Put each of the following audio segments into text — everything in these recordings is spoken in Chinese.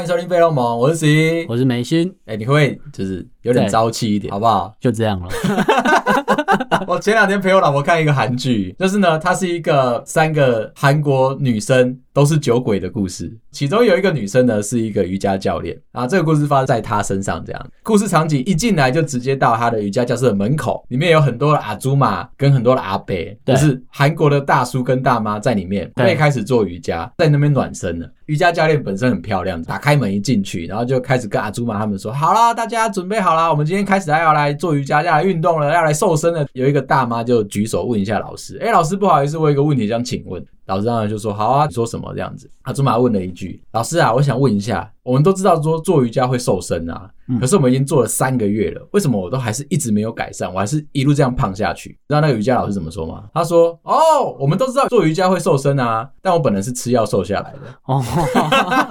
迎收听贝洛蒙，我是十一。我是梅心，哎、你会不会就是有点对朝气一点，好不 好？就这样了。我前两天陪我老婆看一个韩剧，就是呢，它是一个三个韩国女生都是酒鬼的故事，其中有一个女生呢是一个瑜伽教练啊，这个故事发生在她身上，这样故事场景一进来就直接到她的瑜伽教室的门口，里面有很多的阿祖玛跟很多的阿伯，就对是韩国的大叔跟大妈在里面，他们对也开始做瑜伽，在那边暖身了。瑜伽教练本身很漂亮，打开门一进去，然后就开始跟阿祖玛他们说：“好啦，大家准备好啦，我们今天开始要来做瑜伽，要来运动了，要来瘦身了。”有一个大妈就举手问一下老师：“哎、老师，不好意思，我有一个问题想请问。”老师当然就说：“好啊，你说什么这样子？”阿祖玛问了一句：“老师啊，我想问一下，我们都知道说做瑜伽会瘦身啊，可是我们已经做了三个月了，为什么我都还是一直没有改善？我还是一路这样胖下去。知道那个瑜伽老师怎么说吗？他说：“哦，我们都知道做瑜伽会瘦身啊，但我本人是吃药瘦下来的。哦，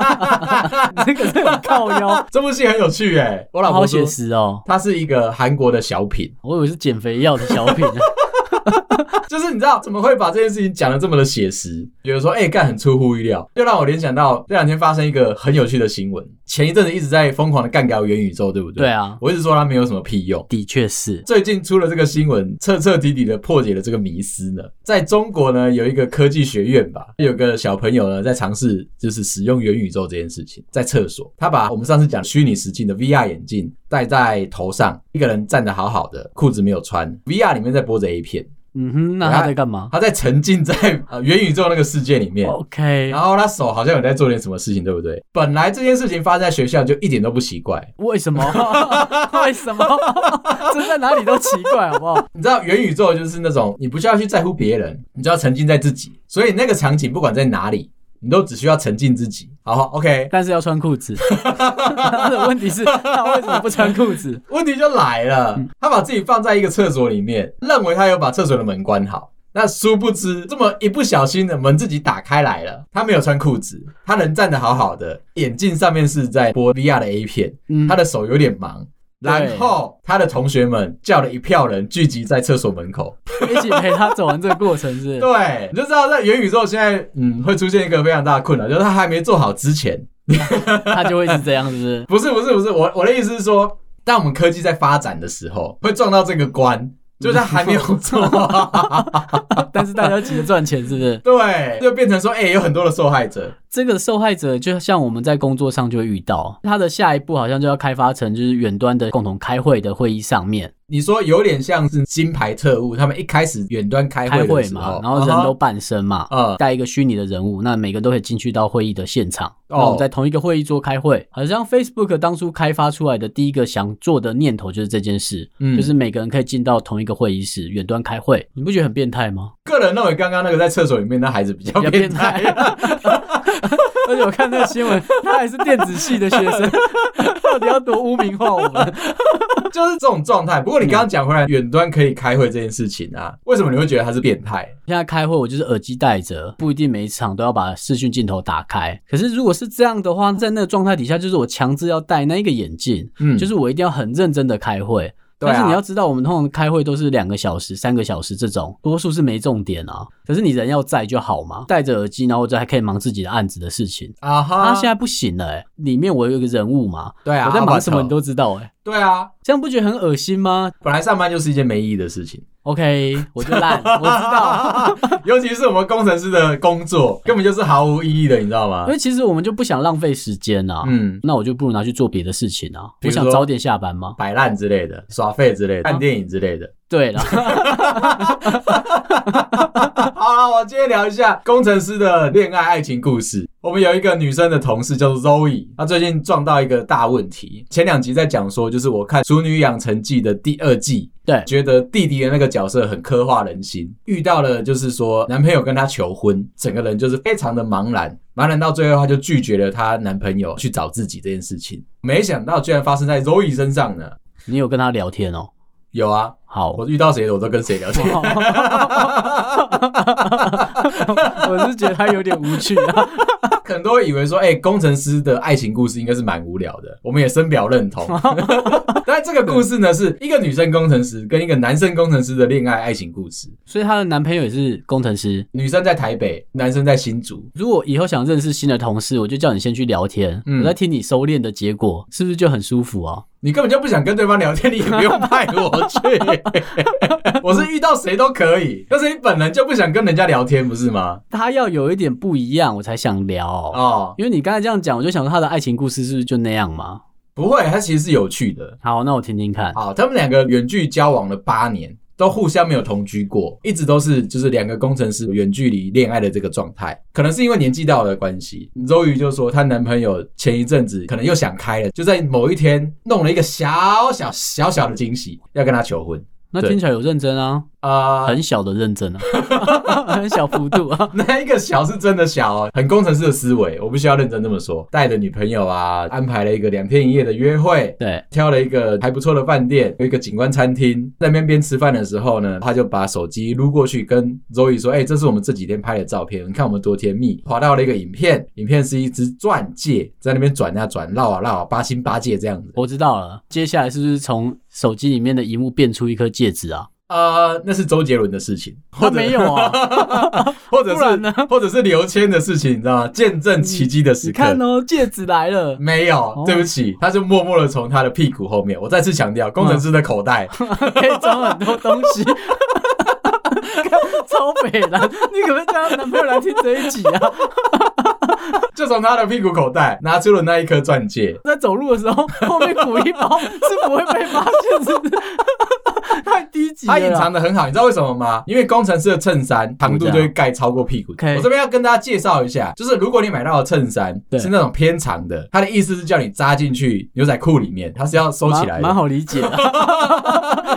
这个是很靠腰，”这部戏很有趣哎、我老好婆写说实哦。它是一个韩国的小品，我以为是减肥药的小品呢。就是你知道怎么会把这件事情讲的这么的写实？有的说，哎、干很出乎意料，就让我联想到这两天发生一个很有趣的新闻。前一阵子一直在疯狂的干掉元宇宙，对不对？ 对啊，我一直说它没有什么屁用。的确是。最近出了这个新闻，彻彻底底的破解了这个迷思呢。在中国呢，有一个科技学院吧，有个小朋友呢在尝试就是使用元宇宙这件事情，在厕所，他把我们上次讲虚拟实境的 VR 眼镜戴在头上，一个人站得好好的，裤子没有穿，VR 里面在播着 A 片，嗯哼，那他在干嘛他在沉浸在呃元宇宙那个世界里面。 ？OK，然后他手好像有在做点什么事情，对不对？本来这件事情发生在学校就一点都不奇怪，为什 么？为什么？这在哪里都奇怪，好不好？你知道元宇宙就是那种你不需要去在乎别人，你只要沉浸在自己。所以那个场景不管在哪里，你都只需要沉浸自己。好，OK，但是要穿裤 子。他的问题是，他为什么不穿裤子？问题就来了，他把自己放在一个厕所里面，认为他有把厕所的门关好。那殊不知，这么一不小心的门自己打开来了。他没有穿裤子，他人站得好好的，眼镜上面是在播 VR 的 A 片，嗯他的手有点忙。对然后他的同学们叫了一票人聚集在厕所门口，一起陪他走完这个过程是不是？对，你就知道在元宇宙现在，嗯，会出现一个非常大的困扰，就是它还没做好之前，他就会是这样，是不是？不是不是不是，我我的意思是说，当我们科技在发展的时候，会撞到这个关，就是它还没有做好， 但是大家急着赚钱，是不是？对，就变成说，哎、有很多的受害者，这个受害者就像我们在工作上就会遇到，他的下一步好像就要开发成就是远端的共同开会的会议上面你说有点像是金牌特务，他们一开始远端开开会的会时嘛候，，哦啊然后人都半身嘛，嗯带一个虚拟的人物，那每个都可以进去到会议的现场，哦那我们在同一个会议桌开会，好像 Facebook 当初开发出来的第一个想做的念头就是这件事，嗯就是每个人可以进到同一个会议室远端开会，你不觉得很变态吗？个人认为刚刚那个在厕所里面那孩子比较比较变 变态态。。 而且我看那个新闻，他还是电子系的学 生，到底要多污名化我们？就是这种状态。不过你刚刚讲回嗯来，远端可以开会这件事情啊，为什么你会觉得他是变态？现在开会，我就是耳机戴着，不一定每一场都要把视讯镜头打开。可是如果是这样的话，在那个状态底下，就是我强制要戴那一个眼镜，嗯就是我一定要很认真的开会。对啊但是你要知道，我们通常开会都是两个小时、三个小时这种，多数是没重点啊。可是你人要在就好嘛，戴着耳机，然后就还可以忙自己的案子的事情。啊哈，啊，现在不行了、欸，里面我有一个人物嘛，对啊，我在忙什么你你都都知道、欸，哎，对啊。这样不觉得很恶心吗本来上班就是一件没意义的事情， ？OK，我就烂，我 知道。道， 尤其是我们工程师的工作根本就是毫无意义的，你知道吗 因？为其实我们就不想浪费时间啊，嗯那我就不如拿去做别的事情啊。比我如说想早点下班 吗？摆烂之类的，耍废之类的，啊看电影之类的。 对了，好了，我今天聊一下工程师的恋爱爱情故事。我们有一个女生的同事叫做 Zoe，她最近撞到一个大问题。前两集在讲说，就是我看《熟女养成记》的第二季，对，觉得弟弟的那个角色很刻画人心，遇到了就是说男朋友跟她求婚，整个人就是非常的茫然，茫然到最后她就拒绝了她男朋友去找自己这件事情。没想到居然发生在 Zoe 身上呢。你有跟他聊天哦。有啊，好，我我遇到谁我都跟谁聊天。是觉得他有点无趣啊。可能都会以为说，哎、工程师的爱情故事应该是蛮无聊的，我们也深表认同。但但这个故事呢，是一个女生工程师跟一个男生工程师的恋爱爱情故事。 所以她的男朋友也是工程师。女生在台北，男生在新竹。如果以后想认识新的同事，我就叫你先去聊天，嗯我在听你收敛的结果，是不是就很舒服啊？你根本就不想跟对方聊天，你也不用派我去。我是遇到谁都可以，但是你本人就不想跟人家聊天，不是吗？他要有一点不一样，我才想聊、哦，因为你刚才这样讲，我就想说他的爱情故事是不是就那样嘛？不会，它其实是有趣的。好，那我听听看。好，他们两个远距交往了八年，都互相没有同居过，一直都是就是两个工程师远距离恋爱的这个状态。可能是因为年纪到了的关系，周瑜就说她男朋友前一阵子可能又想开了，就在某一天弄了一个小小小小的惊喜，要跟她求婚。那对听起来有认真啊，啊、很小的认真啊， 很小幅度啊。 那一个小是真的小哦，很工程师的思维，我必须要认真这么说。带着女朋友啊，安排了一个两天一夜的约会，对，挑了一个还不错的饭店，有一个景观餐厅，在那边边吃饭的时候呢，他就把手机撸过去跟 Zoe 说：“哎、这是我们这几天拍的照片，你看我们多甜蜜。”滑到了一个影片，影片是一只钻戒，在那边转啊转，绕啊绕啊，八星八戒这样子。我知道了。接下来是不是从手机里面的荧幕变出一颗戒指 啊？呃，那是周杰伦的事情，他没有啊， 或者不然呢是或者是刘谦的事情，你知道吗？见证奇迹的时你刻。看哦，戒指来 了。没哦有，对不起，他就默默的从他的屁股后面。我再次强嗯调，工程师的口袋， 可以装很多东西。 超北蓝，你可不可以叫她男朋友来听这一集啊？ 就从他的屁股口袋拿出了那一颗钻戒。在走路的时候，后面鼓一包是不会被发现，是不 是？太低级了他啦。隐藏的很好，你知道为什么吗？因为工程师的衬衫长度就会盖超过屁股。 OK 我这边要跟大家介绍一下，就是如果你买到的衬衫对是那种偏长的，他的意思是叫你扎进去牛仔裤里面，它是要收起来蛮蛮的。好理解的。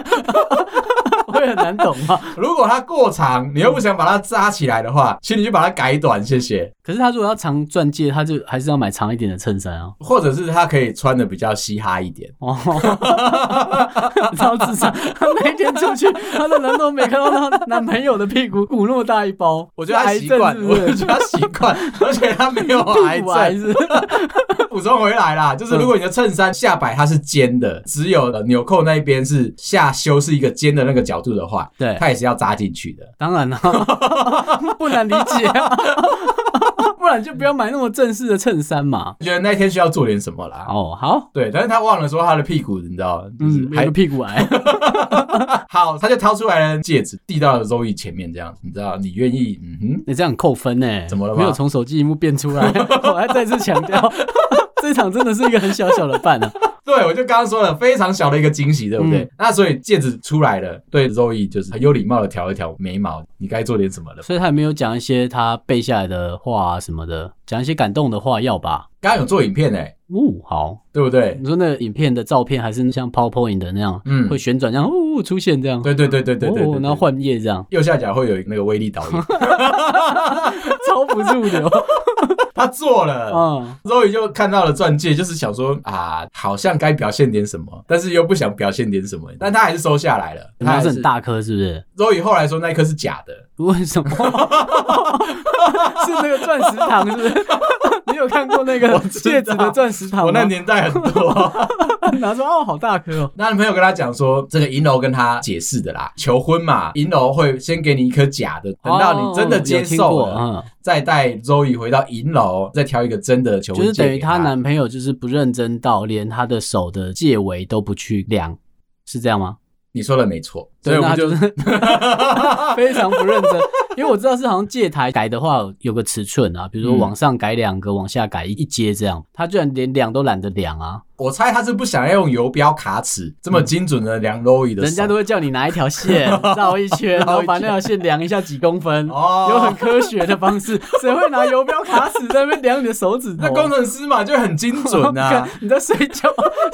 会很难懂啊吗？如果它过长，你又不想把它扎起来的话，请你就把它改短，谢谢。可是他如果要长钻戒，他就还是要买长一点的衬衫啊。或者是它可以穿的比较嘻哈一点。哦， 超智障！他那天出去，他的男都没看到她男朋友的屁股鼓那么大一包，我觉得他 癌习惯，症是不我是觉得他习惯， 而且他没有癌屁股癌症。是不嗯是补充回来啦，就是如果你的衬衫下摆它是尖的，只有呃纽扣那一边是下修是一个尖的那个角度的话，对，它也是要扎进去的。当然了、不难理解啊，不然就不要买那么正式的衬衫嘛。我觉得那天需要做点什么啦。哦，好，对，但是他忘了说他的屁股，你知道，就是嗯，还还有屁股癌， 好，他就掏出来了戒指，递到了周易前面，这样你知道，你愿意，嗯哼， 你这样扣分呢？怎么了吗没有从手机荧幕变出来， 我还再次强 调，这场真的是一个很小小的饭啊。对，我就刚刚说了，非常小的一个惊喜，对不对？嗯那所以戒指出来了，对周易就是很有礼貌的挑一挑眉毛，你该做点什么了。所以他也没有讲一些他背下来的话啊什么的，讲一些感动的话要吧？刚刚有做影片哎、哦，好，对不对？你说那个影片的照片还是像 PowerPoint 的那样，嗯会旋转这样，哦，出现这样，对对对对对对哦对，然后换页这样，右下角会有那个威力导演， 超不入 流他做了。啊。周瑜就看到了钻戒，就是想说啊，好像该表现点什么，但是又不想表现点什么，但他还是收下来 了。他那还是是很。大颗，是不是？周瑜后来说那一颗是假的，为什么？是那个钻石糖， 是不是？ 你有看过 那个 我知道戒指的钻石糖吗？我那年代很多。 拿出哦，好大颗哦。那男朋友跟他讲说，这个银楼跟他解释的啦，求婚嘛，银楼会先给你一颗假的，等到你真的接受了，哦有听过再带周瑜回到银楼，再挑一个真的求嗯，婚 就戒是等于给他她男朋友就是不认真到连她的手的戒围都不去量，是这样吗？你说的没错，所以我那们她就就是 非常不认真。因为我知道是好像戒台改的话有个尺寸啊，比如说嗯往上改两个，往下改一阶这样，她居然连量都懒得量啊！我猜他是不想要用游标卡尺这么精准的量 Roy 的手，人家都会叫你拿一 条线绕一圈，然后把那条线量一下几公分，哦有很科学的方式。谁会拿游标卡尺在那边量你的手指头？那工程师嘛就很精准啊看。你在睡觉，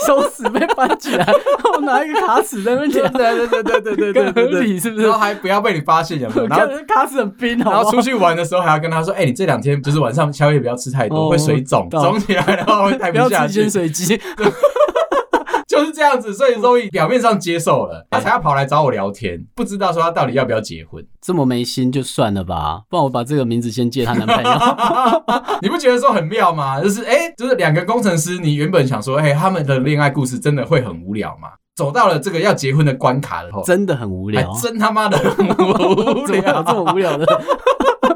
手指被搬起来，然后拿一个卡尺在那 边对量，对对对对对对更对合对，理是不是然？后还不要被你发现有没有？ 然看后人卡尺很冰，好不然好后出去玩的时候还要跟他说，哎，你这两天就是晚上宵夜不要吃太多，哦会水肿，懂肿起来的话会带不要下吃去咸。水鸡，就是这样子，所以 Zoe 表面上接受了，他才要跑来找我聊天，不知道说他到底要不要结婚。这么没心就算了吧，不然我把这个名字先借她男朋 友。你不觉得说很妙吗？就是哎、诶就是两个工程师，你原本想说，哎、他们的恋爱故事真的会很无聊吗？走到了这个要结婚的关卡的后，真的很无还聊，真他妈的很哎无 怎么有这聊。么无 聊的？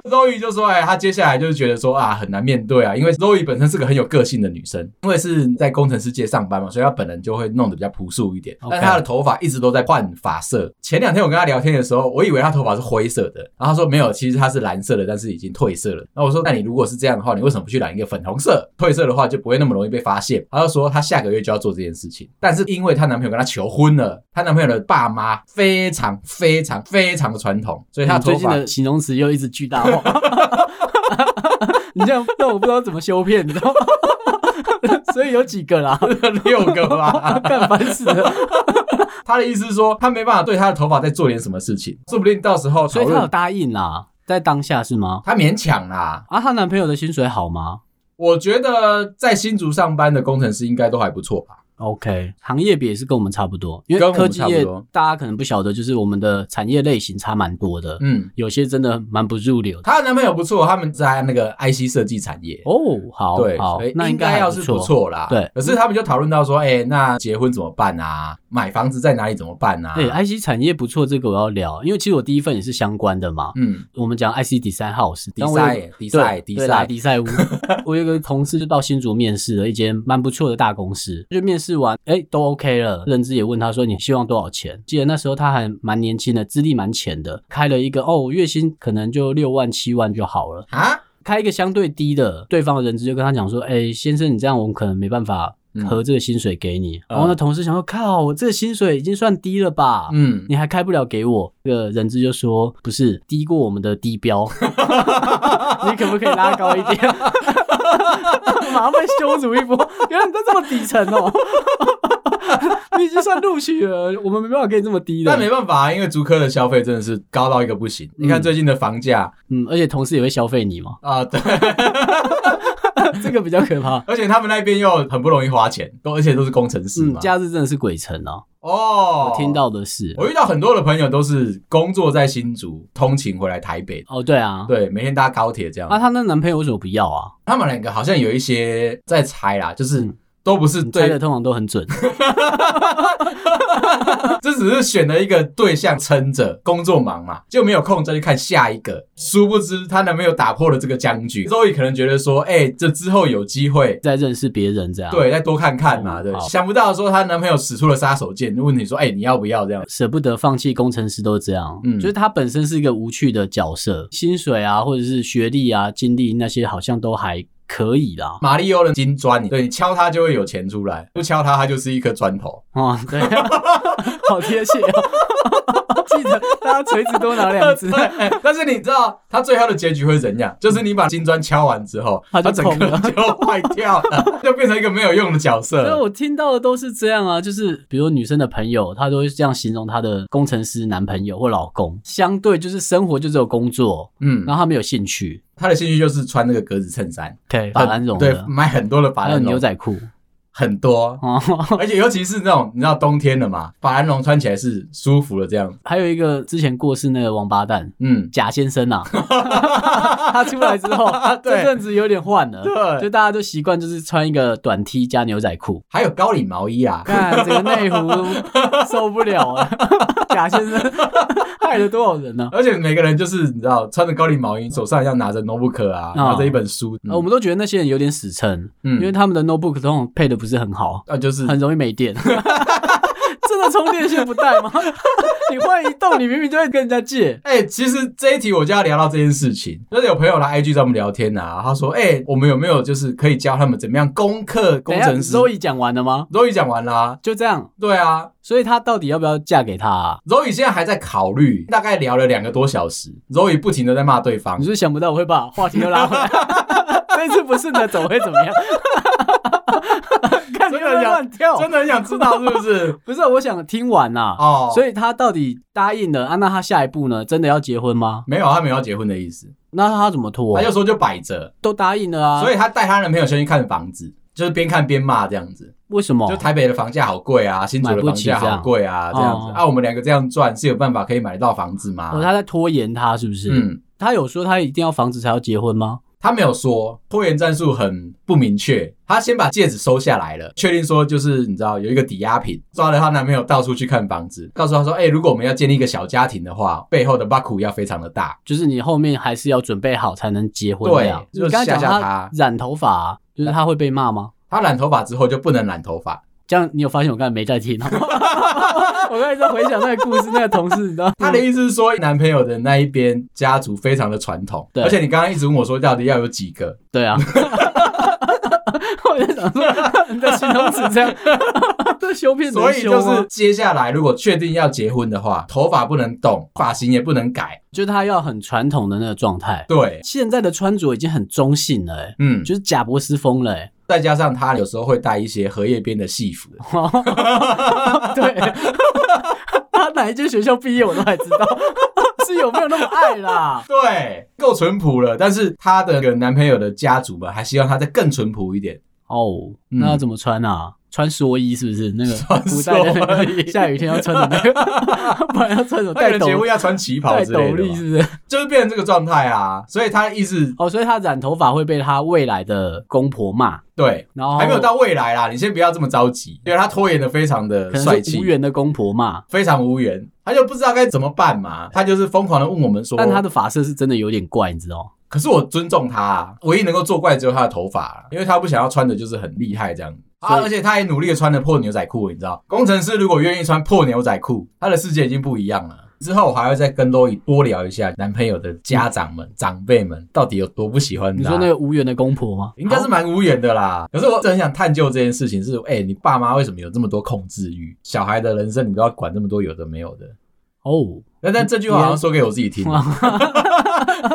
Zoe 就说，哎、他接下来就是觉得说啊，很难面对啊，因为 Zoe 本身是个很有个性的女生，因为是在工程师界上班嘛，所以她本人就会弄得比较朴素一点。 OK 但她的头发一直都在换发色。前两天我跟她聊天的时候，我以为她头发是灰色的，然后她说没有，其实她是蓝色的，但是已经褪色了。然后我说，那你如果是这样的话，你为什么不去染一个粉红色？褪色的话就不会那么容易被发现。她就说她下个月就要做这件事情，但是因为她男朋友跟她求婚了，她男朋友的爸妈非常非常非常的传统，所以她你的头最近发的形容词又一直巨大 化，你这样让我不知道怎么修片，你知道吗？ 所以有几个啦，六个吧。 干烦死了。他的意思是说，他没办法对他的头发再做点什么事情，说不定到时候所以讨她论有答应啦，在当下是吗？他勉强啦。啊，她男朋友的薪水好吗我觉得在新竹上班的工程师应该都还不错吧。 ？OK，行业别也是跟我们差不多，因跟我为们科技差不业多大家可能不晓得，就是我们的产业类型差蛮多的，嗯，有些真的蛮不入流的。她的男朋友不错，他们在那个 IC 设计产业。哦，好，对，好所以，那应该该还要是不。错啦。对可是他们就讨论到说，哎、那结婚怎么办啊？买房子在哪里怎么办啊？对，IC 哎产业不错，这个我要聊，因为其实我第一份也是相关的嘛。嗯，我们讲 IC Design House，迪然后我有赛，迪赛，迪对啦，赛，迪赛屋。 我有一个同事就到新竹面试了一间蛮不错的大公司，就面试完，哎，都 OK 了。人资也问他说你希望多少钱？记得那时候他还蛮年轻的，资历蛮浅的，开了一个哦，月薪可能就六万七万就好了，啊，开一个相对低的。对方的人资就跟他讲说，哎，先生，你这样我们可能没办法嗯合这个薪水给你。嗯然后那同事想说，靠，我这个薪水已经算低了吧？嗯，你还开不了给我，这个人资就说不是低过我们的低标， 你可不可以拉高一点？ 马上被羞辱一波，原来你在这么底层哦， 你已经算录取了，我们没办法给你这么低但没的。办法啊，因为竹科的消费真的是高到一个不行。你看最近的房价嗯，而且同事也会消费 你嘛，啊、对，这个比较可怕。而且他们那边又很不容易花钱，都而且都是工程师嗯，嘛。假日真的是鬼城哦，哦我听，到的是。我遇到很多的朋友都是工作在新竹，通勤回来台北，哦，对啊，对，每天搭高铁这样。啊，她那男朋友为什么不要啊？他们两个好像有一些在猜啦，就是嗯都不是你猜对，的通常都很准。这只是选了一个对象撑着，工作忙嘛，就没有空再去看下一个。殊不知她男朋友打破了这个僵局，周易可能觉得说，哎、这之后有机会。在认识别人这样，，对，再多看看嘛，嗯对，啊好想不到说她男朋友使出了杀手锏，问你说，哎、你要不要这样？舍不得放弃工程师都是这样，嗯就是他本身是一个无趣的角色，薪水啊，或者是学历啊、经历那些好像都还可以啦。马里欧的金砖，你对你敲它就会有钱出来，不敲它它就是一颗砖 头。哦， 对、啊，好贴切哦。 记得大家锤子多拿 两只，对，但是你知道它最后的结局会怎样？就是你把金砖敲完之后，它它就整空个了 就坏掉了， 就变成一个没有用的角色 所以了。我听到的都是这样啊，就是比如女生的朋友，她都会这样形容她的工程师男朋友或老公，相对就是生活就只有工作，嗯，然后他没有兴趣，他的兴趣就是穿那个格子衬衫，对，法兰绒很对的，，买很多的法还有兰绒，牛仔裤，很 多，哦，而且尤其是那种你知道冬天了嘛，法兰绒穿起来是舒服的这样。还有一个之前过世那个王八蛋，嗯，贾先生 啊，他出来之后，对这阵子有点换了，对就大家都习惯就是穿一个短 T 加牛仔 裤，还有高领毛衣啊，看整个内湖受不了 啊！贾先 生害了多少人呢、 而且每个人就是你知道穿着高领毛衣，手上要拿着 notebook 啊，啊拿着一本书，呃我们都觉得那些人有点死撑，嗯因为他们的 notebook 通常配的不是很好，啊就是很容易没电。 真的充电线不带 吗？你换一栋，你明明就会跟人家借。哎、其实这一题我就要聊到这件事情，就是有朋友来 IG 找我们聊天啊，他说，哎、我们有没有就是可以教他们怎么样攻克工程师？周易讲完了吗？ Zoe 讲完啦，就这样，对啊所以她到底要不要嫁给他、啊？ ，Zoe 现在还在考虑，大概聊了两个多小时，Zoe 不停的在骂对方你，是不是想不到我会把话题又拉 回来？这次不是呢，总会怎么样？看你真又的在想乱跳，真的很想知道是不是？不是我想听完啦、哦， 所以以他到底答应了啊？那他下一步呢？真的要结婚吗？没有他没有要结婚的意思，那他怎么拖哎他？就说就摆着，都答应了啊。所以他带她男朋友先去看房子，就是边看边骂这样子。为什么就？台北的房价好贵啊，新竹的哦买不房起价好贵啊，这这样样子哦啊，我们两个这样赚是有办法可以买得到房子吗？哦，他在拖延他是不是？嗯，他有说他一定要房子才要结婚吗？他没有说拖延战术很不明确，他先把戒指收下来了，确定说就是你知道有一个抵押品，抓了她男朋友到处去看房子，告诉她说，哎、如果我们要建立一个小家庭的话，背后的巴苦要非常的大。就是你后面还是要准备好才能结婚对这样。就是你刚才讲吓吓他他染头发啊、就是他会被骂吗？她染头发之后就不能染头发，这样你有发现我刚才没在听哦吗？ 我刚才在回想那个故事，那个同事，你知道她的意思是说，男朋友的那一边家族非常的传统，对而且你刚刚一直问我说，到底要有几个？对啊。我在想说，你的形容词 这样，这修 片能所以修就吗？是接下来如果确定要结婚的话，头发不能动，发型也不能改。就是他要很传统的那个状态。对，现在的穿着已经很中性了、欸，嗯，就是贾伯斯风了、欸。再加上她有时候会带一些荷叶边的戏服， 对， 他哪一间学校毕业我都还知道， 是有没有那么爱啦？对，够淳朴了。但是她的那个男朋友的家族们还希望她再更淳朴一点。哦，嗯那要怎么穿啊？穿蓑衣是不是？那个穿古代的那蓑个衣下雨天要穿的那 个，不然要穿什么？带带人斗结婚要穿旗袍带之类斗的笠嘛，是不是？就是变成这个状态啊。所以她的意思，哦，所以他染头发会被他未来的公婆骂，对，然后还没有到未来啦，你先不要这么着急，因为她拖延的非常的可帅能气是无，缘的公婆骂，非常无缘，她就不知道该怎么办嘛。她就是疯狂的问我们说，但他的发色是真的有点怪，你知道吗？可是我尊重他、啊，唯一能够作怪只有他的头发、啊，因为他不想要穿的就是很厉害这样。啊所，以而且他也努力的穿了破牛仔裤，你知道，工程师如果愿意穿破牛仔裤，他的世界已经不一样了。之后我还会再跟 l o y 多聊一下男朋友的家长们、长辈们到底有多不喜欢他。你说那个无缘的公婆吗？应该是蛮无缘的啦。可是我真的很想探究这件事情是，哎、你爸妈为什么有这么多控制欲？小孩的人生你都要管这么多有的没有的。哦，那但这句话好像说给我自己听 的，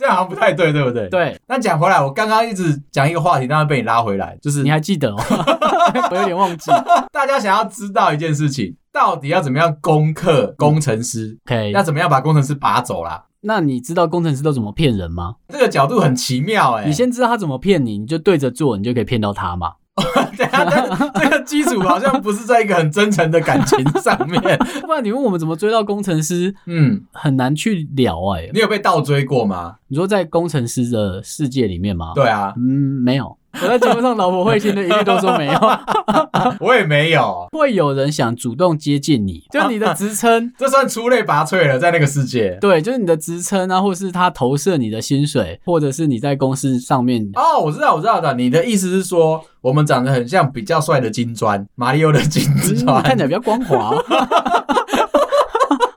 这样好像不太对，对不对？对，那讲回来，我刚刚一直讲一个话题，当然被你拉回来，就是你还记得哦？ 我有点忘 记。大家想要知道一件事情，到底要怎么样攻克工程师， OK，要怎么样把工程师拔走啦？那你知道工程师都怎么骗人吗？这个角度很奇妙哎、你先知道他怎么骗你，你就对着做，你就可以骗到他嘛。 等一下，但这个基础好像不是在一个很真诚的感情上 面。不然你问我们怎么追到工程师，嗯，很难去聊哎、你有被倒追过吗？你说在工程师的世界里面吗？，对啊嗯，，没有。我在节目上，老婆会听的一律都说没有。我也没有， 会有人想主动接近你，就你的职称，这算出类拔萃了，在那个世界。 对，就是你的职称啊，或是他投射你的薪水，或者是你在公司上面，哦，我知道，我知道的。你的意思是说，我们长得很像比较帅的金砖，马里奥的金嗯砖，看起来比较光 滑，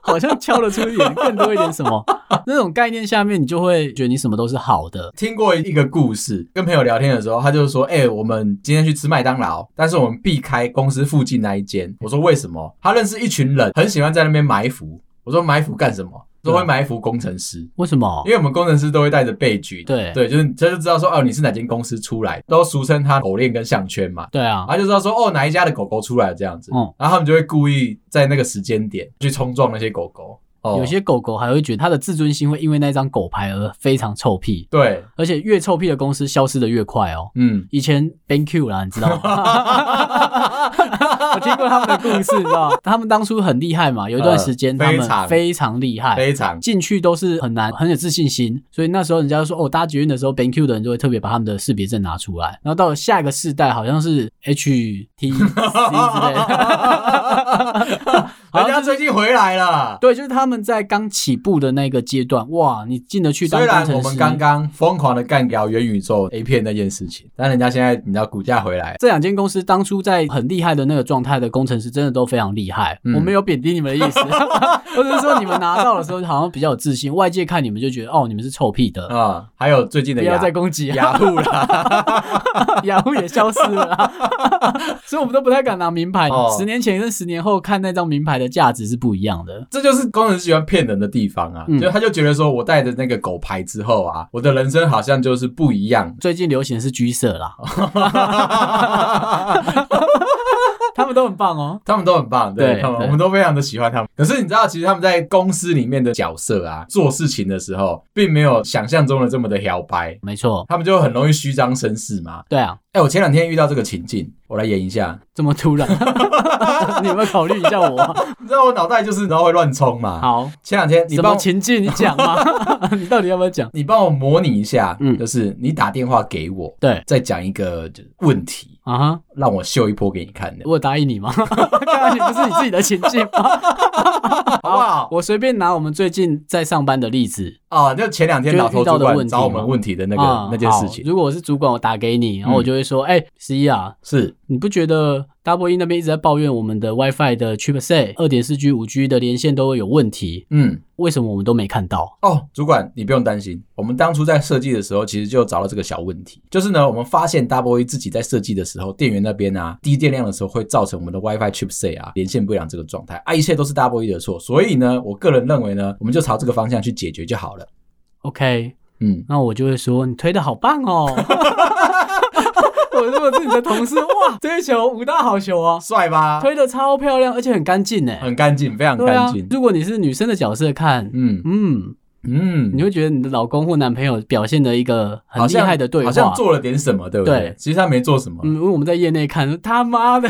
好像敲了出一点更多一点什么。那种概念下面，你就会觉得你什么都是好的，听过一个故事，跟朋友聊天的时候，他就说：“哎、我们今天去吃麦当劳，但是我们避开公司附近那一间。”我说：“为什么？”他认识一群人，很喜欢在那边埋伏。我说：“埋伏干什么？”说会埋伏工程师，为什么因？为我们工程师都会带着背具，对对，就是他就知道说哦，你是哪间公司出来，都俗称他狗链跟项圈嘛。对啊，他就知道说哦，哪一家的狗狗出来这样子，嗯然后他们就会故意在那个时间点去冲撞那些狗狗。哦，有些狗狗还会觉得它的自尊心会因为那张狗牌而非常臭屁，对，而且越臭屁的公司消失的越快哦。 嗯， 以前 BenQ 啦，你知道吗？我听过他们的故事，你知道吗他们当初很厉害嘛，有一段时间嗯他非们常非常厉害，非常进去都是很难，很有自信心。所以那时候人家就说，哦，搭捷运的时候 BenQ 的人就会特别把他们的识别证拿出来，然后到了下一个世代，好像是 HTC 之类 的， 好人家像就最是。近回来了。对，就是他们在刚起步的那个阶段，哇，你进得去当虽工然程师，我们刚刚疯狂的干掉元宇宙 A 片那件事情，但人家现在你知道股价回来，这两间公司当初在很厉害的那个状态的工程师，真的都非常厉害。嗯我没有贬低你们 的意思，我只是说你们拿到的时候好像比较有自信，外界看你们就觉得哦，你们是臭屁的，啊、还有最近不的要雅再攻击 啊，雅虎啦， 雅虎也消失了啊， 所以我们都不太敢拿名牌哦。十年前跟十年后看那张名牌的价值是不一样的。这就是工程师喜欢骗人的地方啊，嗯。就他就觉得说我带着那个狗牌之后啊，我的人生好像就是不一样 最近流行的是橘色啦，他们都很棒哦。他们都很棒，对哦对他们，对我们都非常的喜欢他们。可是你知道，其实他们在公司里面的角色啊，做事情的时候，并没有想象中的这么的摇摆，没错，他们就很容易虚张声势嘛。对啊，哎、我前两天遇到这个情境，我来演一下。这么突然， 你有没有考虑一下我？你知道我脑袋就是然后会乱冲嘛。，好，前两天你什帮么我情境你讲嘛？ 你到底要不要讲？你帮我模拟一下，嗯就是你打电话给我，对再讲一个就是问题，啊哈，让我秀一波给你看的，我有答应你 吗？刚刚你不是你自己的情境吗？好不 好？ 我随便拿我们最近在上班的例子，啊，就前两天就是老头遇到主的问管题找我们吗问题的那个、啊那件好事情，如果我是主管，我打给你，然后我就会说：“哎、十一啊，是你不觉得 Double E 那边一直在抱怨我们的 WiFi 的 Chipset 二点四 G、五 G 的连线都会有问题？嗯。为什么我们都没看到？哦，主管，你不用担心。我们当初在设计的时候，其实就找到这个小问题，就是呢，我们发现 Double E 自己在设计的时候，电源那边啊低电量的时候，会造成我们的 WiFi chipset 啊连线不良这个状态啊，一切都是 Double E 的错。所以呢，我个人认为呢，我们就朝这个方向去解决就好了。 OK，嗯，那我就会说你推的好棒哦。 我如果是你的同事，哇，这一球五大好球哦，帅吧？推的超漂亮，而且很干净呢。很干净，非常对干啊净。，如果你是女生的角色看，嗯嗯，嗯，你会觉得你的老公或男朋友表现的一个很好厉像害的对话，好像做了点什么，对不对？对其实他没做什么。 嗯，因为我们在业内看，他妈的，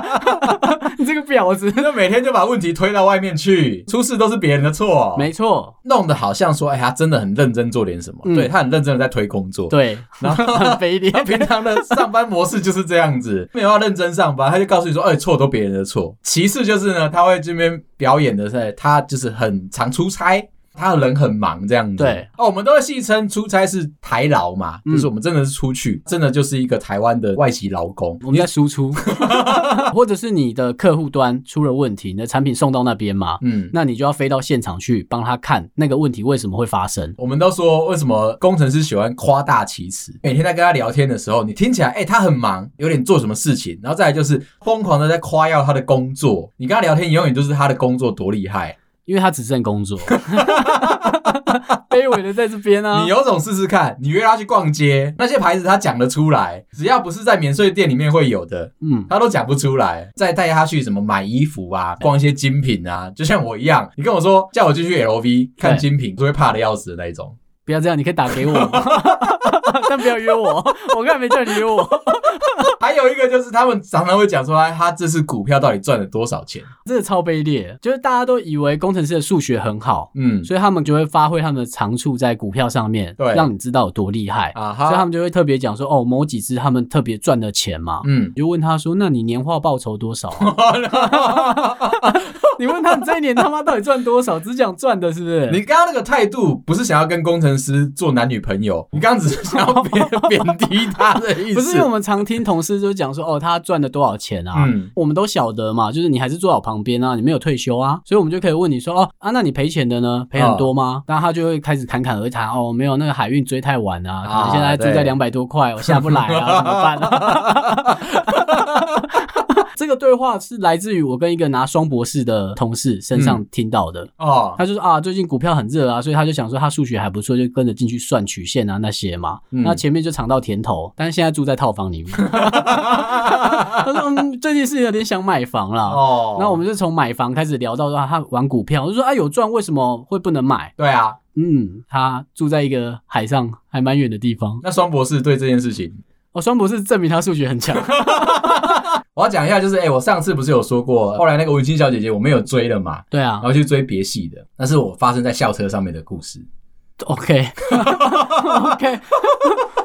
你这个婊子！就每天就把问题推到外面去，出事都是别人的错，没错，弄得好像说，哎、他真的很认真做点什么，嗯对他很认真的在推工作，对，然后很卑劣 他。平常的上班模式就是这样 子，没有要认真上班，他就告诉你说，哎、错都别人的错。其次就是呢，他会这边表演的是，他就是很常出差。他人很忙这样子，对嗯哦，我们都会戏称出差是台劳嘛，就是我们真的是出去，真的就是一个台湾的外籍劳工，我们在输出，或者是你的客户端出了问题，你的产品送到那边嘛，嗯，那你就要飞到现场去帮他看那个问题为什么会发生。我们都说为什么工程师喜欢夸大其词？每天在跟他聊天的时候，你听起来，哎、他很忙，有点做什么事情，然后再来就是疯狂的在夸耀他的工作。你跟他聊天，永远就是他的工作多厉害。因为他只剩工 作，卑微的在这边啊。你有种试试看，你约他去逛街，那些牌子他讲得出来，只要不是在免税店里面会有的，嗯，他都讲不出来。再带他去什么买衣服啊，逛一些精品啊，就像我一样，你跟我说叫我进去 LV 看精品，就会怕的要死的那一种。不要这样，你可以打 给我，但不要约我。我刚才没叫你约我，还有一个就是他们常常会讲出来，他这次股票到底赚了多少钱？真的超卑劣。就是大家都以为工程师的数学很好，嗯，所以他们就会发挥他们的长处在股票上面，对让你知道有多厉害。啊所以他哈，们就会特别讲说，哦，某几只他们特别赚的钱嘛。嗯，哦你就问他说，那你年化报酬多少 啊、 你问他你这一年他妈到底赚多少？只讲赚的，是不是？你刚刚那个态度不是想要跟工程师做男女朋友，你刚刚只是想要贬 贬低他的意思。不是，因为我们常听同事就讲说，哦，他赚了多少钱啊？嗯我们都晓得嘛，就是你还是坐好旁边啊，你没有退休啊，所以我们就可以问你说，哦啊，那你赔钱的呢？赔很多哦吗？然后他就会开始侃侃而谈，哦，没有那个海运追太晚啊，可啊能现在住在对两百多块，我下不来 啊，怎么办、啊？ 这个对话是来自于我跟一个拿双博士的同事身上听到的。哦， 他就说啊，最近股票很热啊，所以他就想说他数学还不错，就跟着进去算曲线啊那些嘛。嗯那前面就尝到甜头，但是现在住在套房里面。 他说嗯，最近是有点想买房啦。哦，那我们就从买房开始聊到说啊他玩股票，我就说啊有赚为什么会不能买？对啊，嗯，他住在一个海上还蛮远的地方。那双博士对这件事情，哦，双博士证明他数学很 强。我要讲一下，就是哎、我上次不是有说过，后来那个文青小姐姐我没有追了嘛，对啊然后去追别系的，那是我发生在校车上面的故事。 ，OK OK，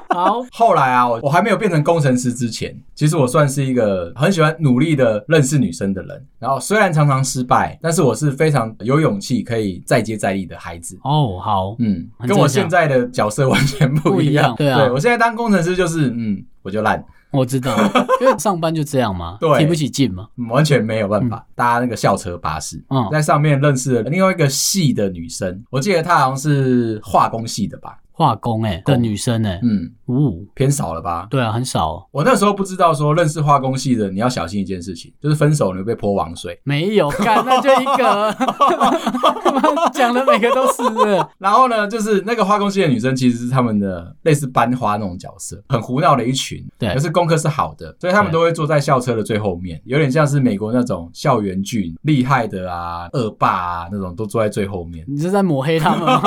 好，后来啊，我我还没有变成工程师之前，其实我算是一个很喜欢努力的认识女生的人。然后虽然常常失败，但是我是非常有勇气可以再接再厉的孩子。哦好，嗯，很跟我正向现在的角色完全不一样。不一样对啊我现在当工程师就是，嗯，我就烂，我知道，因为上班就这样嘛， 对提不起劲嘛。嗯完全没有办法、搭那个校车巴士。嗯在上面认识了另外一个系的女生，我记得她好像是化工系的吧，化工哎、的女生哎、哦嗯，呜、偏少了吧？对啊，很少哦、我那时候不知道说认识化工系的你要小心一件事情，就是分手你会被泼王水。没有干，那就一个， 妈讲的每个都是的，然后呢，就是那个化工系的女生其实是他们的类似班花那种角色，很胡闹的一群。对可是功课是好的，所以他们对都会坐在校车的最后面，有点像是美国那种校园剧厉害的啊、恶霸啊那种都坐在最后 面。你是在抹黑他们吗？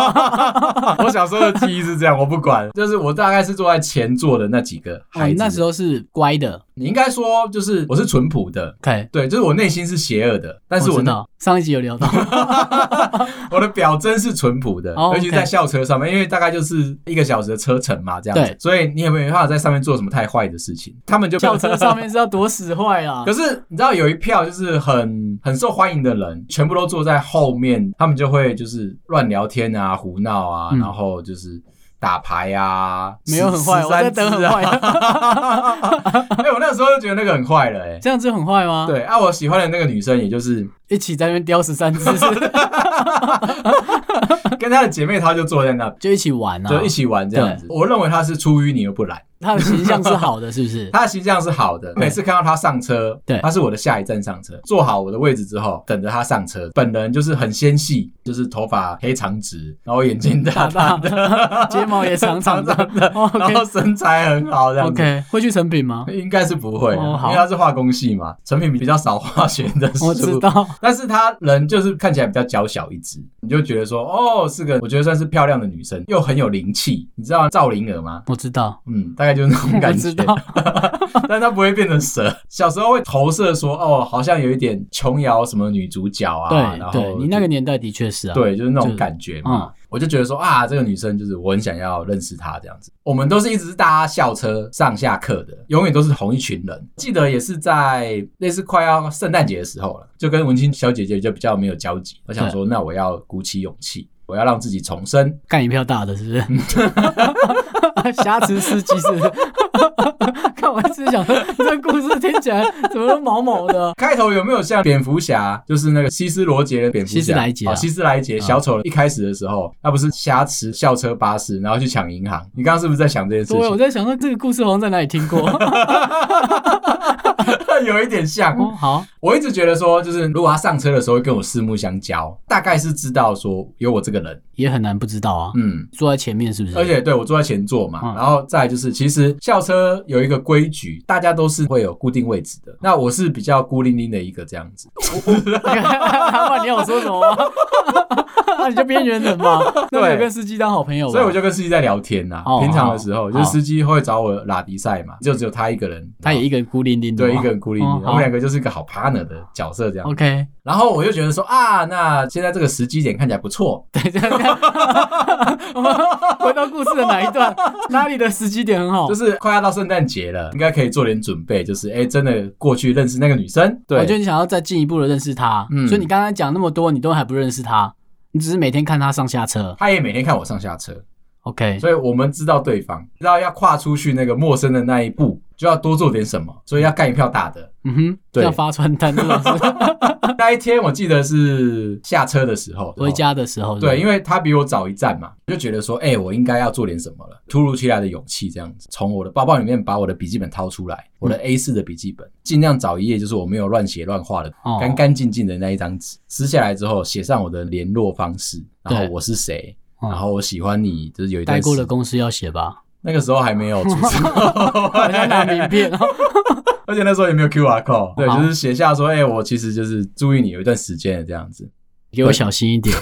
我小时候的记忆是这样，我不管，就是我大概是坐在前座的那几个哦 孩子。那时候是乖的你应该说就是我是淳朴的， ，OK。对，就是我内心是邪恶的，但是我知那啊道上一集有 聊到，我的表征是淳朴的，哦尤其 OK 在校车上面，因为大概就是一个小时的车程嘛，这样子对，所以你也没办法在上面做什么太坏的事情。他们就校车上。面是要多使坏啊 可！是你知道有一票就是很很受欢迎的人，全部都坐在后面，他们就会就是乱聊天啊、胡闹啊，嗯然后就是打牌啊，没有很坏，十我在等很。坏十三，支啊 哎、我那时候就觉得那个很坏了、哎。这样子很坏吗？，对啊，我喜欢的那个女生，也就是一起在那边叼十 三只，跟她的姐妹，她就坐在那，就一起玩啊。就一起玩这样子。我认为她是出淤泥而不染。他的形象是好的，是 不是？他的形象是好的，每次看到他上车，对他是我的下一站上车，坐好我的位置之后，等着他上车。本人就是很纤细，就是头发黑长直，然后眼睛大大的， 睫毛也长长的 然后身材很好，这样子。 ，OK，会去成 品吗？应该是不会啊、哦好因为他是化工系嘛，成品比较少化学的书。 我知道，但是她人就是看起来比较娇小一只，你就觉得说，哦，是个我觉得算是漂亮的女生，又很有灵气。你知道赵灵儿吗？我知道，嗯，大概就是那种我感觉知。道， 但它不会变成蛇。小时候会投射说，哦，好像有一点琼瑶什么女主角啊，然对后对，你那个年代的确是啊，，对，就是那种就感觉嘛。嗯，我就觉得说啊，这个女生就是我很想要认识她这样子。我们都是一直是搭校车上下课的，永远都是同一群人。记得也是在类似快要圣诞节的时候了，就跟文清小姐姐就比较没有交集。我想说，那我要鼓起勇气，我要让自己重生，干一票大的，是 不是？ 瑕疵司机是不 是？看我一直想说，这故事听起来怎么都毛毛的？啊开头有没有像蝙蝠侠，就是那个希斯罗杰的蝙蝠侠？希斯莱杰啊哦希斯莱杰啊小丑一开始的时候，他不是挟持校车巴士，然后去抢银行？你刚刚是不是在想这件事对，我 情？在想说这个故事好像在哪里听过。 有一点像。哦，好，我一直觉得说，就是如果他上车的时候会跟我四目相交，大概是知道说有我这个人，也很难不知道啊。嗯。坐在前面是不是？ 而且对我坐在前座嘛，嗯然后再来就是，其实校车有一个规矩，大家都是会有固定位置的。那我是比较孤零零的一个这样子，老板，你要我说什么吗？ 那你就边缘人嘛，那没有跟司机当好朋友吧。所以我就跟司机在聊天呐、哦平常的时候，哦就是司机会找我拉迪赛嘛，就只有他一个人，哦他也一个人孤零零的嘛，对一个人孤零哦零，我好们两个就是一个好 partner 的角色这样。 OK， 然后我就觉得说啊，那现在这个时机点看起来不错，对，这样。我们 回到故事的哪一段？哪里的时机点很好？就是快要到圣诞节了，应该可以做点准备，就是哎，真的过去认识那个女生，我觉得对。你想要再进一步的认识他，嗯所以你刚才讲那么多，你都还不认识他，你只是每天看他上下车。她也每天看我上下车， OK，所以我们知道对方，知道要跨出去那个陌生的那一步，就要多做点什么，所以要干一票大 的。嗯哼，对要发传单这种 事，那一天我记得是下车的时候，回家的时候，对，因为为他比我早一站嘛，就觉得说，哎、我应该要做点什么了。突如其来的勇气，这样子，从我的包包里面把我的笔记本掏出来，嗯我的 A 4的笔记本，尽量找一页就是我没有乱写乱画的，哦干干净净的那一张纸，撕下来之后写上我的联络方式，然后对我是谁，嗯然后我喜欢你，就是有一段待时过的公司要 写吧，那个时候还没有出生， 好像拿名片哦。 而且那时候也没有 QR code，对，好就是写下说，哎、我其实就是注意你有一段时间的这样 子。给我小心一点，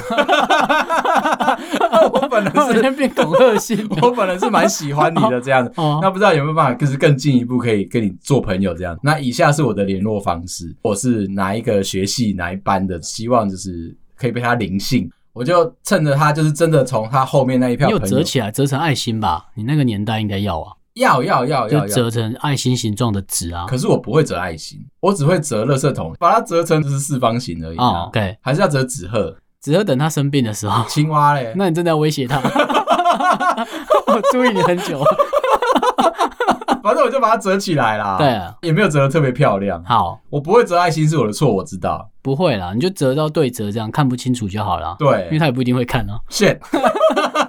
我本我来每是， 天变恐吓 性我本来是蛮喜欢你的这样子。哦。那不知道有没有办法，就是更进一步可以跟你做朋友这样。那以下是我的联络方式，我是哪一个学系哪一班的，希望就是可以被他灵性。我就趁着他就是真的从他后面那一票你有朋折友起来，折成爱心吧？你那个年代应该要啊，要要哦要就要要，折成爱心形状的纸啊。可是我不会折爱心，我只会折垃圾桶，把它折成就是四方形而已、哦啊。 ，OK，还是要折纸鹤、只要等他生病的时 候。青蛙嘞。 那你真的要威胁他？我注意你很久。反正我就把它折起来啦。 对，啊，也没有折得特别漂亮。好，我不会折爱心是我的错，我知道。不会啦，你就折到对折，这样看不清楚就好啦。因为对他也不一定会 看啊。 ，shit。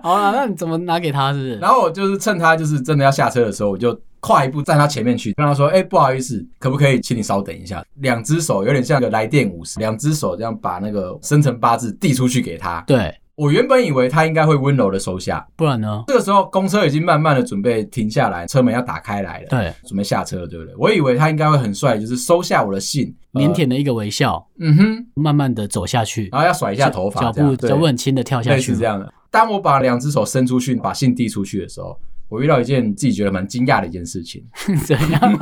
好啦，那你怎么拿给他？是不是？然后我就是趁他就是真的要下车的时候，我就跨一步站他前面去，跟他说：“哎、不好意思，可不可以请你稍等一下？”两只手有点像个来电武士，两只手这样把那个生辰八字递出去给他。对，我原本以为他应该会温柔的收下，不然呢？这个时候公车已经慢慢的准备停下来，车门要打开来了，对，准备下车了，对不对？我以为他应该会很帅，就是收下我的信，呃腼，腆的一个微笑，嗯哼，慢慢的走下去，然后要甩一下啊头发脚这样，步对脚步很轻的跳下类去似，这样的。当我把两只手伸出去，把信递出去的时候，我遇到一件自己觉得蛮惊讶的一件事情。 怎 样？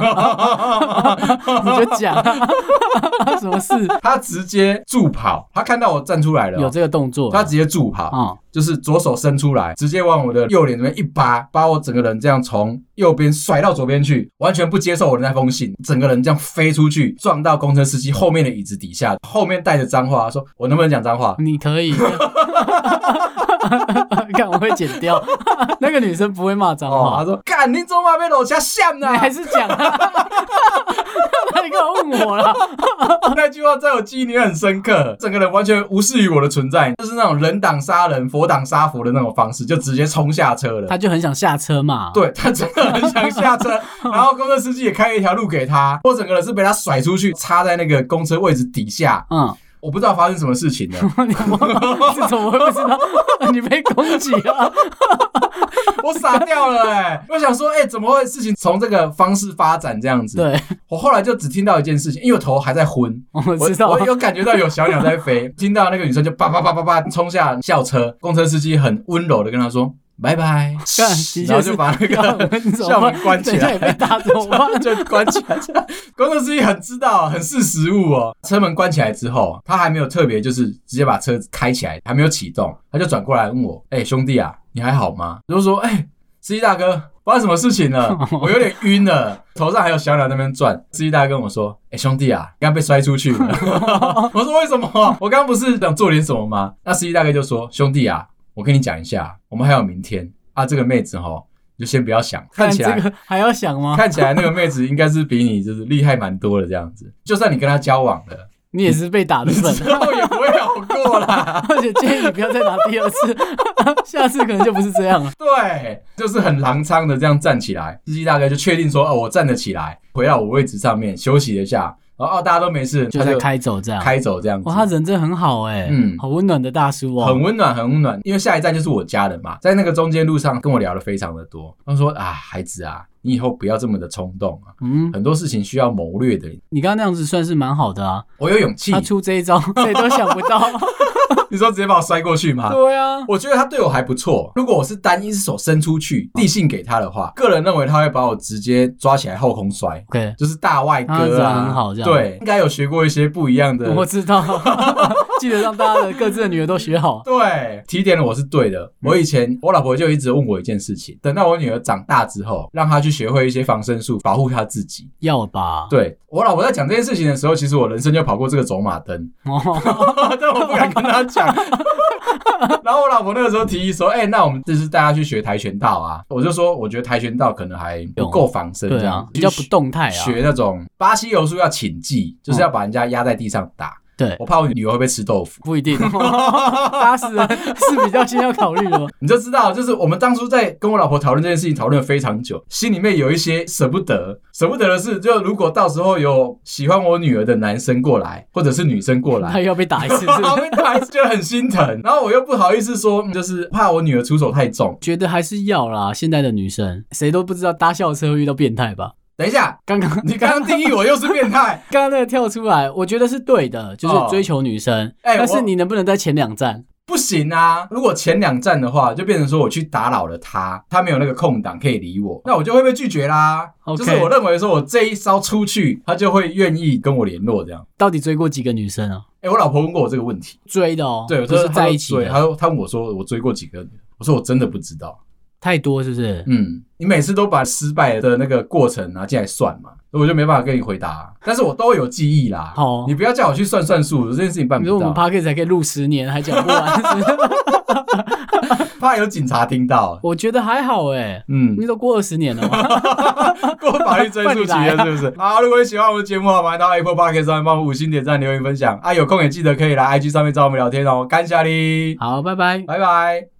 你就讲， 什么事？他直接助跑，他看到我站出来了哦、有这个动作？他直接助跑，啊，就是左手伸出来，直接往我的右脸这边一扒，把我整个人这样从右边甩到左边去，完全不接受我的那封信，整个人这样飞出去，撞到公车司机后面的椅子底下，后面带着脏话，说我能不能讲脏话？你可以。 看我会剪掉， 那个女生不会骂脏哦，他话，说干，你怎么还被楼下吓呢你？ 还是讲啊。那你干嘛问我啦？那句话在我记忆里面很深刻，整个人完全无视于我的存在，就是那种人挡杀人，佛挡杀佛的那种方式，就直接冲下车了。他就很想下车嘛。， 对他真的很想下 车，然后公车司机也开了一条路给他，我整个人是被他甩出去，插在那个公车位置底下，嗯， 我不知道发生什么事情了，你我这怎么会不知道？ 你被攻击了，我傻掉了哎、我想说哎、怎么会事情从这个方式发展这样子？，对，我后来就只听到一件事情，因为我头还在昏。我我知道我，有感觉到有小鸟在飞，听到那个女生就叭叭叭叭叭冲下校车，公车司机很温柔的跟她说拜拜干的确，然后就是把那个干你怎 么校门办关 等起一下来也。被打怎么办？就关起来。工作司机很知道，很识时务哦。车门关起来之后，他还没有特别就是直接把车子开起来，还没有启动，他就转过来问我：“哎、兄弟啊，你还好吗？”我就说：“哎、司机大哥，发生什么事情了？我有点晕了，头上还有小鸟在那边转。”司机大哥跟我说：“哎、兄弟啊，刚刚被摔出去了。” 我说：“为什么？我刚刚不是想做点什么吗？”那司机大哥就说：“兄弟啊，我跟你讲一下，我们还有明天啊，这个妹子哈。”你就先不要想， 看起来这个还要想吗？ 看起来那个妹子应该是比你就是厉害蛮多的这样子。就算你跟她交往 了，你也是被打的份，之后也不会好过啦。 而且建议你不要再打第二次，下次可能就不是这样了。对，就是很狼仓的这样站起来。司机大哥就确定说：“哦，我站得起来，回到我位置上面休息了一下。”然后哦，大家都没事，就他在就开走这样。开走这样子哇，。他人真的很好哎，嗯好温暖的大叔哦。很温暖，很温暖，因为下一站就是我家人嘛，在那个中间路上跟我聊的非常的多。他说啊，孩子啊，你以后不要这么的冲动啊，嗯，很多事情需要谋略的。你刚刚那样子算是蛮好的啊。我有勇气他，出这一招，谁都想不 到。 你说直接把我摔过去吗？对 啊，我觉得他对我还不错。如果我是单一只手伸出去递信给他的话，嗯个人认为他会把我直接抓起来后空摔， OK，就是大外啊这哥啊，样很好这样对，应该有学过一些不一样的。我知道， 记得让大家的各自的女儿都学好。对，提点了我是对的。嗯我以前我老婆就一直问我一件事情，等到我女儿长大之后，让她去学会一些防身术，保护她自己。要吧？对我老婆在讲这件事情的时候，其实我人生就跑过这个走马灯，哦， 但我不敢跟她 讲。然后我老婆那个时候提议说：“哎、那我们这次带她去学跆拳道啊。”我就说：“我觉得跆拳道可能还不够防身，这对样啊子、，比较不动态啊。嗯学那种巴西柔术要请技，就是要把人家压在地上打。对我，怕我女儿会被吃豆腐，不一 定，打死人是比较先要考虑 的。你就知道，就是我们当初在跟我老婆讨论这件事情，讨论了非常久，心里面有一些舍不得。舍不得的是，就如果到时候有喜欢我女儿的男生过来，或者是女生过来，他又要被打 一次，是不然后是？ 被打一次就很心疼，然后我又不好意思说，嗯就是怕我女儿出手太重。觉得还是要啦，现在的女生谁都不知道搭校车会遇到变态吧？等一下，刚 刚刚，你刚刚定义我又是变态刚那个跳出来，我觉得是对的，就是追求女生。哦哎 但我是你能不能在前两站？不行啊！如果前两站的话，就变成说我去打扰了他，他没有那个空档可以理我，那我就会被拒绝啦。 OK 就是我认为说我这一招出去，他就会愿意跟我联络这样。到底追过几个女生啊？哎、我老婆问过我这个问题，追的哦，对，我不就是在一起对，的，她说她问我说我追过几个，我说我真的不知道。太多是不是？嗯，你每次都把失败的那个过程拿进来算嘛，我就没办法跟你回答啊、但是我都有记忆啦。好你不要叫我去算算数，这件事情办你不说我到。们 p a r k e 才可以录十年，还讲不完，是不是怕有警察听到。 我觉得还好哎、嗯，你都过二十年了 嘛，过法律追溯期了，啊是不是？好，如果你喜欢我们节目的话，麻烦到 Apple Podcast 上面帮我们五星点赞、留言、分享啊！有空也记得可以来 IG 上面找我们聊天哦。感谢你，好，拜拜。拜拜。